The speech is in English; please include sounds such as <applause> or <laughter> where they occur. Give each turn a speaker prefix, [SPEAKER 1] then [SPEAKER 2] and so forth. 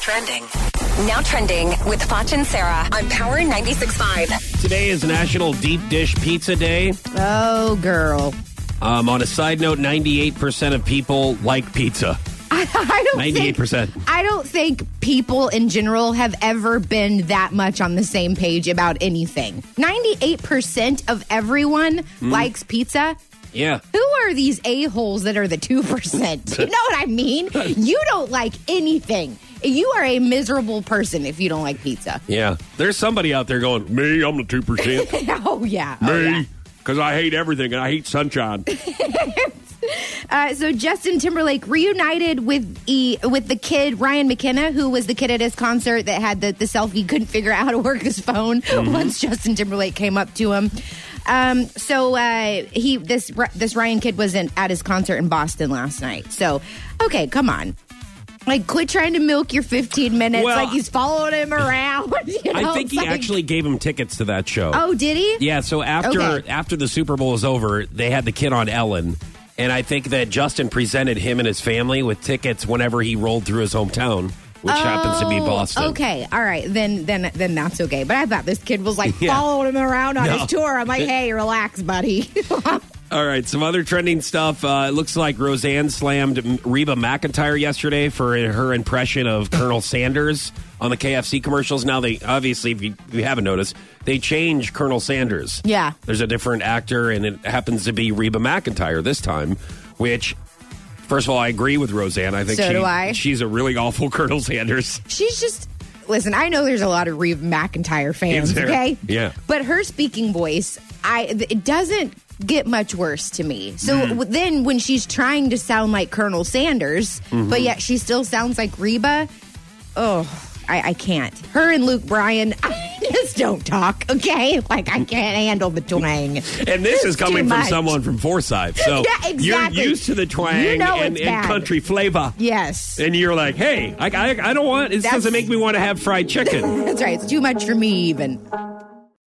[SPEAKER 1] trending. Now trending with Foch and Sarah on Power 96.5.
[SPEAKER 2] Today is National Deep Dish Pizza Day.
[SPEAKER 3] Oh, girl.
[SPEAKER 2] Um, on a side note, 98% of people like pizza.
[SPEAKER 3] <laughs> I don't think,
[SPEAKER 2] 98%.
[SPEAKER 3] I don't think people in general have ever been that much on the same page about anything. 98% of everyone likes pizza.
[SPEAKER 2] Yeah.
[SPEAKER 3] Who are these a-holes that are the 2%? <laughs> You know what I mean? You don't like anything. You are a miserable person if you don't like pizza. <laughs>
[SPEAKER 2] Yeah. There's somebody out there going, me, I'm the 2%. me,
[SPEAKER 3] Oh, yeah. Oh, yeah.
[SPEAKER 2] because I hate everything and I hate sunshine.
[SPEAKER 3] Uh, so Justin Timberlake reunited with e, with the kid Ryan McKenna, who was the kid at his concert that had the, the selfie, couldn't figure out how to work his phone. <laughs>
[SPEAKER 2] Mm-hmm.
[SPEAKER 3] Once Justin Timberlake came up to him, um, so uh, he this Ry- this Ryan kid was in, at his concert in Boston last night. So okay, come on. Like, quit trying to milk your 15 minutes.
[SPEAKER 2] Well,
[SPEAKER 3] like, he's following him around. <laughs> you know?
[SPEAKER 2] I think
[SPEAKER 3] It's
[SPEAKER 2] he
[SPEAKER 3] like-
[SPEAKER 2] actually gave him tickets to that show.
[SPEAKER 3] Oh, did he?
[SPEAKER 2] Yeah, so after
[SPEAKER 3] Okay.
[SPEAKER 2] after the Super Bowl was over, they had the kid on Ellen, and I think that Justin presented him and his family with tickets whenever he rolled through his hometown, which happens to be
[SPEAKER 3] Oh,
[SPEAKER 2] Boston.
[SPEAKER 3] Okay, all right, then then then that's okay. But I thought this kid was
[SPEAKER 2] <laughs>
[SPEAKER 3] like
[SPEAKER 2] Yeah.
[SPEAKER 3] following him around on
[SPEAKER 2] No.
[SPEAKER 3] his tour. I'm like, hey, relax, buddy.
[SPEAKER 2] All right, some other trending stuff. Uh, it looks like Roseanne slammed M- Reba McIntyre yesterday for her impression of Colonel Sanders on the KFC commercials. Now they obviously, if you, if you haven't noticed, they change Colonel Sanders.
[SPEAKER 3] Yeah.
[SPEAKER 2] there's a different actor, and it happens to be Reba McIntyre this time, which. First of all, I agree with Roseanne. I think
[SPEAKER 3] So
[SPEAKER 2] she-
[SPEAKER 3] do I.
[SPEAKER 2] she's a really awful <laughs> Colonel Sanders.
[SPEAKER 3] She's just listen. I know there's a lot of Reeve McIntyre fans.
[SPEAKER 2] Is there?
[SPEAKER 3] Okay,
[SPEAKER 2] Yeah.
[SPEAKER 3] but her speaking voice, I th- it doesn't get much worse to me. So
[SPEAKER 2] Hmm.
[SPEAKER 3] w- then when she's trying to sound like Colonel Sanders,
[SPEAKER 2] Mm-hmm.
[SPEAKER 3] but yet she still sounds like Reba. Oh. I, I can't. Her and Luke Bryan, <laughs> I just don't talk, okay? Like, I can't handle the twang.
[SPEAKER 2] And this is
[SPEAKER 3] It's
[SPEAKER 2] coming
[SPEAKER 3] too
[SPEAKER 2] from
[SPEAKER 3] much.
[SPEAKER 2] someone from
[SPEAKER 3] <laughs>
[SPEAKER 2] Forsyth. So
[SPEAKER 3] Yeah, exactly.
[SPEAKER 2] you're used to the twang
[SPEAKER 3] You know
[SPEAKER 2] and,
[SPEAKER 3] it's
[SPEAKER 2] and
[SPEAKER 3] bad.
[SPEAKER 2] country flavor.
[SPEAKER 3] Yes.
[SPEAKER 2] and you're like, hey, I, I, I don't want, this
[SPEAKER 3] That's-
[SPEAKER 2] doesn't make me want to have fried chicken.
[SPEAKER 3] That's right. It's too much for me, even.